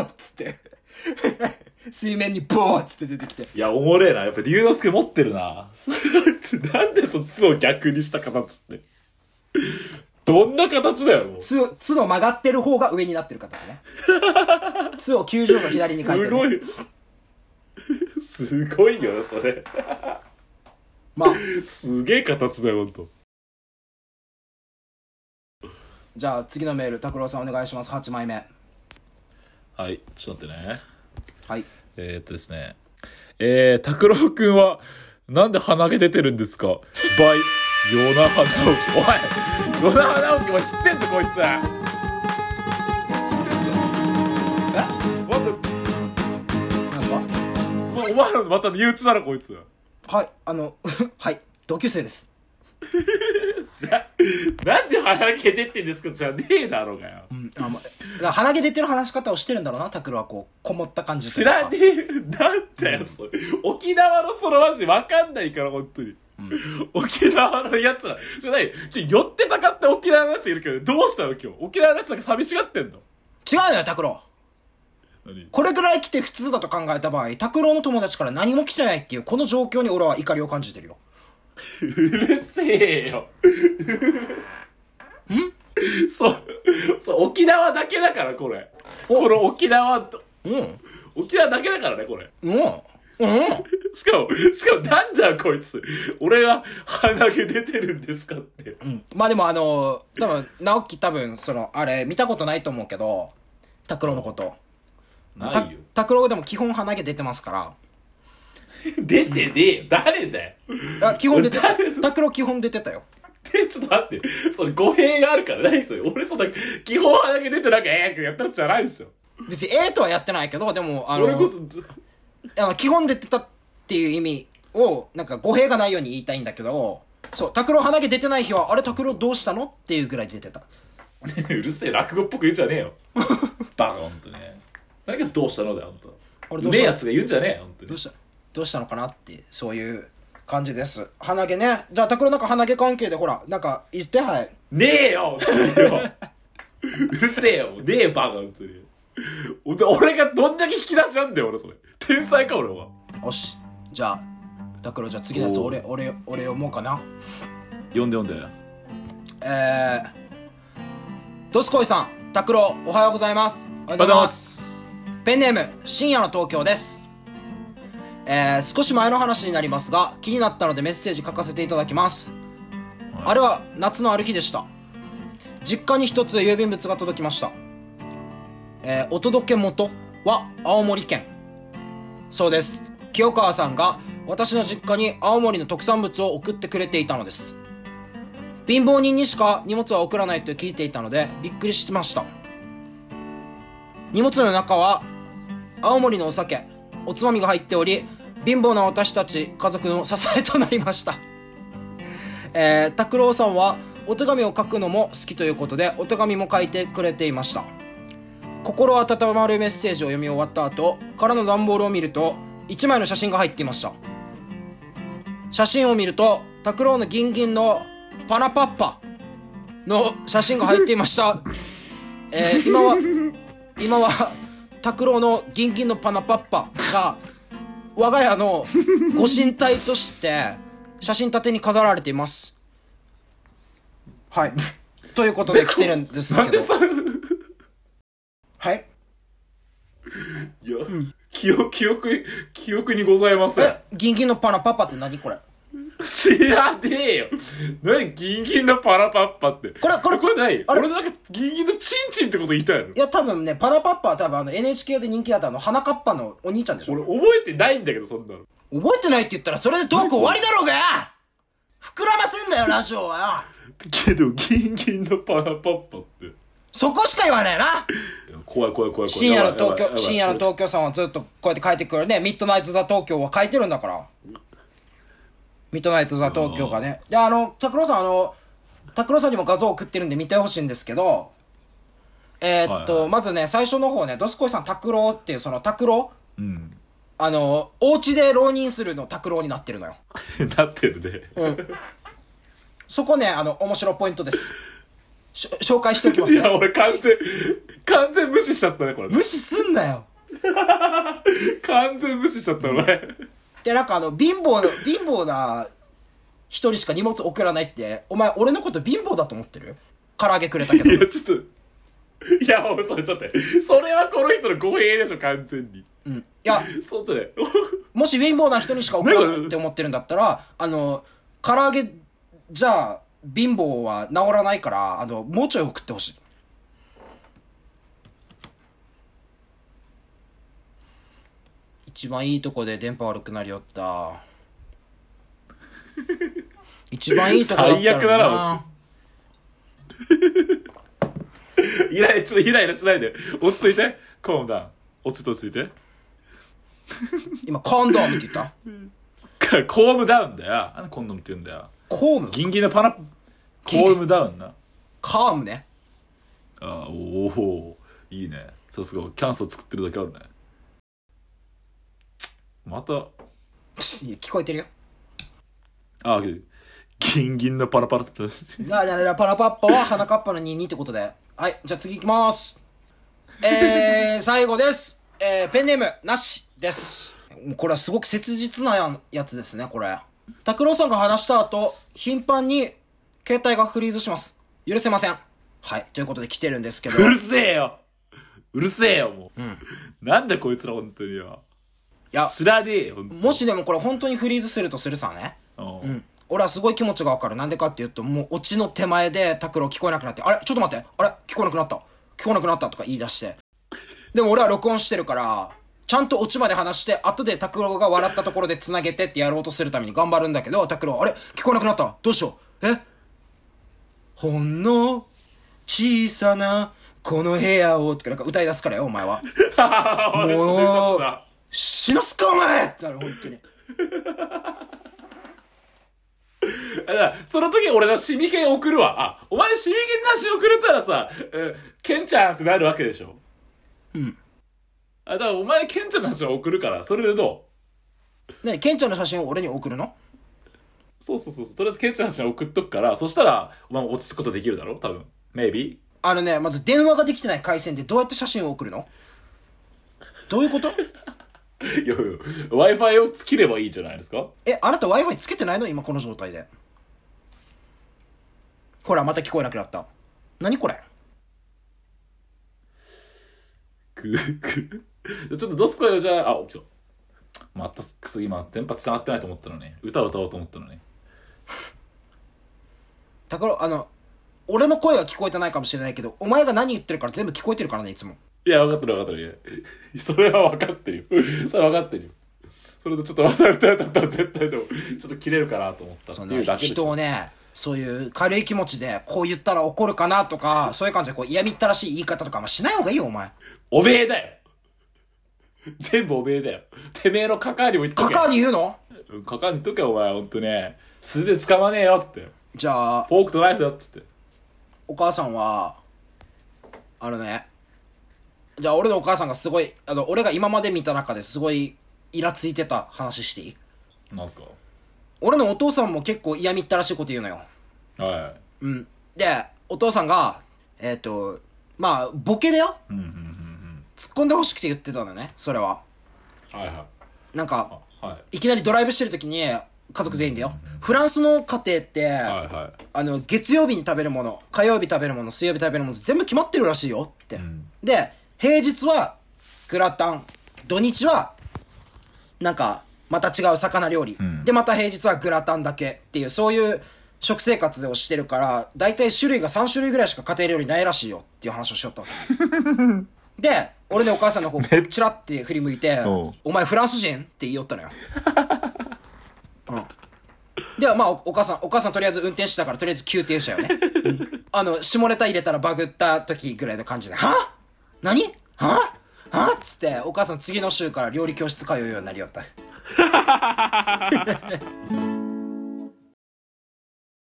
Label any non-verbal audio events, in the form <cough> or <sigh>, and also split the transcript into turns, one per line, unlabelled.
って。 <laughs> 水面にボーっつって出てきて。
いや、おもれえな。やっぱ龍之介持ってるな。 <laughs> なんでそのつを逆にした形って。どんな形だよ、 <laughs> もう。す
つ、つの曲がってる方が上になってる形ね。 <laughs> つを90度左に書いてる、
ごい。すごいよ <laughs> な、それ。
まあ、
すげえ形だよ、ほんと。
じゃあ次のメール、拓郎さんお願いします。8枚目。
はい、ちょっと待ってね。
はい。
えー、っとですね。えー、拓郎くんは、なんで鼻毛出てるんですかバイ、ヨナ花置。おいヨナ花置も知ってんぞ、こいつ知ってんぞ。
なんすか
また、お前らまた身内だろ、こいつ。
はい、あの、 <laughs> はい、同級生です。
<laughs> なんで鼻毛出てんですかじゃねえだろうがよ。
うん、あまあ、鼻毛出てる話し方をしてるんだろうな、拓郎はこう、こもった感じという
知
から
ねえ、なんだよ、それ。沖縄のその話わかんないから、本当に。沖縄のやつら、じゃない、今日寄ってたかって沖縄のやついるけど、どうしたの今日。沖縄のやつなんか寂しがってんの
違うのよ、拓郎。
何
これぐらい来て普通だと考えた場合、拓郎の友達から何も来てないっていう、この状況に俺は怒りを感じてるよ。
うるせえ <laughs> よ。んそう、そう、沖縄だけだから、これ。
お
この沖縄、
うん。
沖縄だけだからね、これ。
うん。うん。
<laughs> しかも、しかもなんだよこいつ。俺は鼻毛出てるんですかって。
うん。まあでもあのー、多分、直樹多分、その、あれ、見たことないと思うけど、拓郎のこと。
な
た
いよ。
拓郎でも基本鼻毛出てますから。
<laughs> 出てねえよ。誰だよ。
あ、基本出て
誰、
拓郎基本出てたよ。
で、ちょっと待って。それ語弊があるから、何それ。俺そんな、基本鼻毛出てなんか、ええー、やったらじゃないでしょ。
別に、ええとはやってないけど、でも、あの
俺こ
ー、
そ、 <laughs>
あの、基本出てたっていう意味を、なんか語弊がないように言いたいんだけど、そう、拓郎鼻毛出てない日は、あれ拓郎どうしたのっていうぐらい出てた。
うるせえ、落語っぽく言うんじゃねえよ。 <laughs> バカ、ほんとね。何がどうしたのだよ、ほんと。
俺
う
どう
め
し
え
た
やつが言うんじゃねえよ、ほんと
ど
に
う。したどうしたのかなって、そういう感じです。鼻毛ね。じゃあ、拓郎なんか鼻毛関係で、ほら、なんか言って、はい。
ねえよ、本当にようるせえよ、もうねえバカ、ほんとに。ほんと俺がどんだけ引き出しなんだよ、俺それ。天才か、俺は。
よし。じゃあ、拓郎じゃあ次のやつ
おう
俺、俺、俺読もうかな。
読んで読んで。
えー、ドスコイさん、拓郎、おはようございます。おはよう。
おはようございますす。
ペンネーム、深夜の東京です。えー、少し前の話になりますが、気になったのでメッセージ書かせていただきます。あれは夏のある日でした。実家に一つ郵便物が届きました。えー、お届け元は青森県。そうです。清川さんが私の実家に青森の特産物を送ってくれていたのです。貧乏人にしか荷物は送らないと聞いていたので、びっくりしました。荷物の中は青森のお酒おつまみが入っており貧乏な私たち家族の支えとなりましたえー拓郎さんはお手紙を書くのも好きということでお手紙も書いてくれていました心温まるメッセージを読み終わった後空の段ボールを見ると1枚の写真が入っていました写真を見ると拓郎のギンギンのパナパッパの写真が入っていま
<laughs>
した、えー今は今は拓郎の「ギンギンのパナパッパ」が我が家のご神体として写真立てに飾られていますはいということで来てるんです
なん
け
で
ど
さ、
はい
いや、記憶、記憶、記憶にございません。
え <laughs> ギンギンのパナパッパって何これ
知らねえよ。何ギンギンのパラパッパって。
これこれ
これ何
あれ
俺なんかギンギンのチンチンってこと言いたいの
いや多分ねパナパッパは多分あの NHK で人気だったあの花かっぱのお兄ちゃんでしょ
俺覚えてないんだけど、そんなの。
覚えてないって言ったらそれでトーク終わりだろうが膨らませんだよラジオは
けど、ギンギンのパラパッパって。
<laughs> そこしか言わないな
怖い怖い怖い怖い。
深夜の東
やばいやば
京、
い
深夜の東
こ
京さんはずっとこうやって書いてくるね。ミッドナイト・ザ・東京は書いてるんだから。ミッドナイト・ザ・東京がね。で、あの、拓郎さん、あの、拓郎さんにも画像送ってるんで見てほしいんですけど、えーっと、
はいはい
まずね、最初の方ね、ドスコイさん拓郎っていう、その拓郎、
れうん。
あの、お家で浪人するの拓郎になってるのよ。
<laughs> なってるね。
うん。そこね、あの、面白いポイントです。しょ紹介しておきます
い
ね
や、。俺完全、完全無視しちゃったね、これ。
無視すんなよ
完全無視しちゃった、お前。
で、なんかあの、貧乏な、貧乏な人にしか荷物送らないって、お前俺のこと貧乏だと思ってる唐揚げくれた
<laughs>
け
い
ど。
や、ちょっと。いや、お前、それちょっと待って。それはこの人の語弊でしょ、完全に。
うん。いや、
そうだね。 <laughs>
もし貧乏な人にしか送らないって思ってるんだったら、あの、唐揚げじゃ貧乏は治らないから、あの、もうちょい送ってほしい。一番いいとこで電波悪くなりよ
<laughs>
った。一番いいとこだったのに
最悪だなイライラ、ちょっとイライラしないで。落ち着いて。コームダウン。落ち着いて、落ち着いて。
今、コンドームって言った
コームダウンだよ。あのコンドームって言うんだよ。
コーム
ギンギンのパナ、コームダウンな。
カームね。
あーおおいいねさすがキャンサー作ってるだけあるねまた
いや聞こえてるよ。
あギンギンのパラパラって
なあなあなあパラパッパは花かっぱの22ってことで。はい、じゃあ次行きます。えー、最後です。えー、ペンネーム、なしです。もうこれはすごく切実なやんやつですね、これ。拓郎さんが話した後、頻繁に携帯がフリーズします。許せません。はい、ということで来てるんですけど
う。るせえようるせえよもう、なんだこいつら本当によ
や
知らねえよほんと
もしでもこれ本当にフリーズするとするさね。
うん <laughs>
俺はすごい気持ちがわかる。なんでかっていうと、もうオチの手前で拓郎聞こえなくなって、あれちょっと待ってあれ聞こえなくなった聞こえなくなったとか言い出して。でも俺は録音してるから、ちゃんとオチまで話して、後で拓郎が笑ったところで繋げてってやろうとするために頑張るんだけど、拓郎、あれ聞こえなくなったどうしようえほんの小さなこの部屋を、とかなんか歌い出すからよ、お前は。もう、死なすかお前ってなる、本当に。
だからその時俺がシミケン送るわあお前シミケンなし送れたらさ、えケンちゃんってなるわけでしょうんあじゃあお前にケンちゃんの話を送るからそれでどう
ねケンちゃんの写真を俺に送るの
そうそうそうそう。とりあえず、ケンちゃんの話は送っとくから、そしたら、お前も落ち着くことできるだろ多分。maybe?
あのね、まず電話ができてない回線でどうやって写真を送るのどういうこと
いやいや、Wi-Fi をつければいいじゃないですか
え、あなた Wi-Fi つけてないの今この状態で。ほら、また聞こえなくなった。何これ
く、く。 <laughs> ちょっとどすこいよ、じゃあ。あ、起きた。また、くす、今、電波繋がってないと思ったのね。歌を歌おうと思ったのね。
だから、あの、俺の声は聞こえてないかもしれないけど、お前が何言ってるから全部聞こえてるからね、いつも。
いや、分かってる分かってる。いやそれは分かってるよ。それは分かってるよ。それとちょっとまた歌歌ったら絶対でも、ちょっと切れるかなと思ったって
そ
いう
の
だけですよ。
人をね、そういう軽い気持ちで、こう言ったら怒るかなとか、そういう感じでこう嫌みったらしい言い方とか、まあ、しない方がいいよ、お前。
おめえだよ全部おめえだよ。てめえのカカーにも言っと
カ
け。
カーに言うの
うんかかんとけお前ほんとね素で掴まねえよって
じゃあ、
フォークとナイフだっつって
お母さんは、あのね、じゃあ俺のお母さんがすごい、あの、俺が今まで見た中ですごいイラついてた話していい
なんすか
俺のお父さんも結構嫌みったらしいこと言うのよ。
は
うん。で、お父さんが、えっ、と、まあ、ボケだよ、突っ込んでほしくて言ってたのよね、それは。
いはいは
なんか、
いはい
いきなりドライブしてる時に、家族全員だよ。フランスの家庭って、
はいは
あの、月曜日に食べるもの、火曜日食べるもの、水曜日食べるもの、全部決まってるらしいよって。で、平日はグラタン、土日は、なんか、また違う魚料理、で、また平日はグラタンだけっていう、そういう食生活をしてるから、大体種類が3種類ぐらいしか家庭料理ないらしいよっていう話をしよ
<laughs>
ったわけ。で、俺のお母さんの方、チラって振り向いて
うん、
お前フランス人って言いよ
<laughs>
ったのよ。ではまあおお母さんお母さんとりあえず運転手だからとりあえず急停車
<laughs>
よねあの下ネタ入れたらバグった時ぐらいの感じで「は何ははっ?」つってお母さん次の週から料理教室通うようになりよった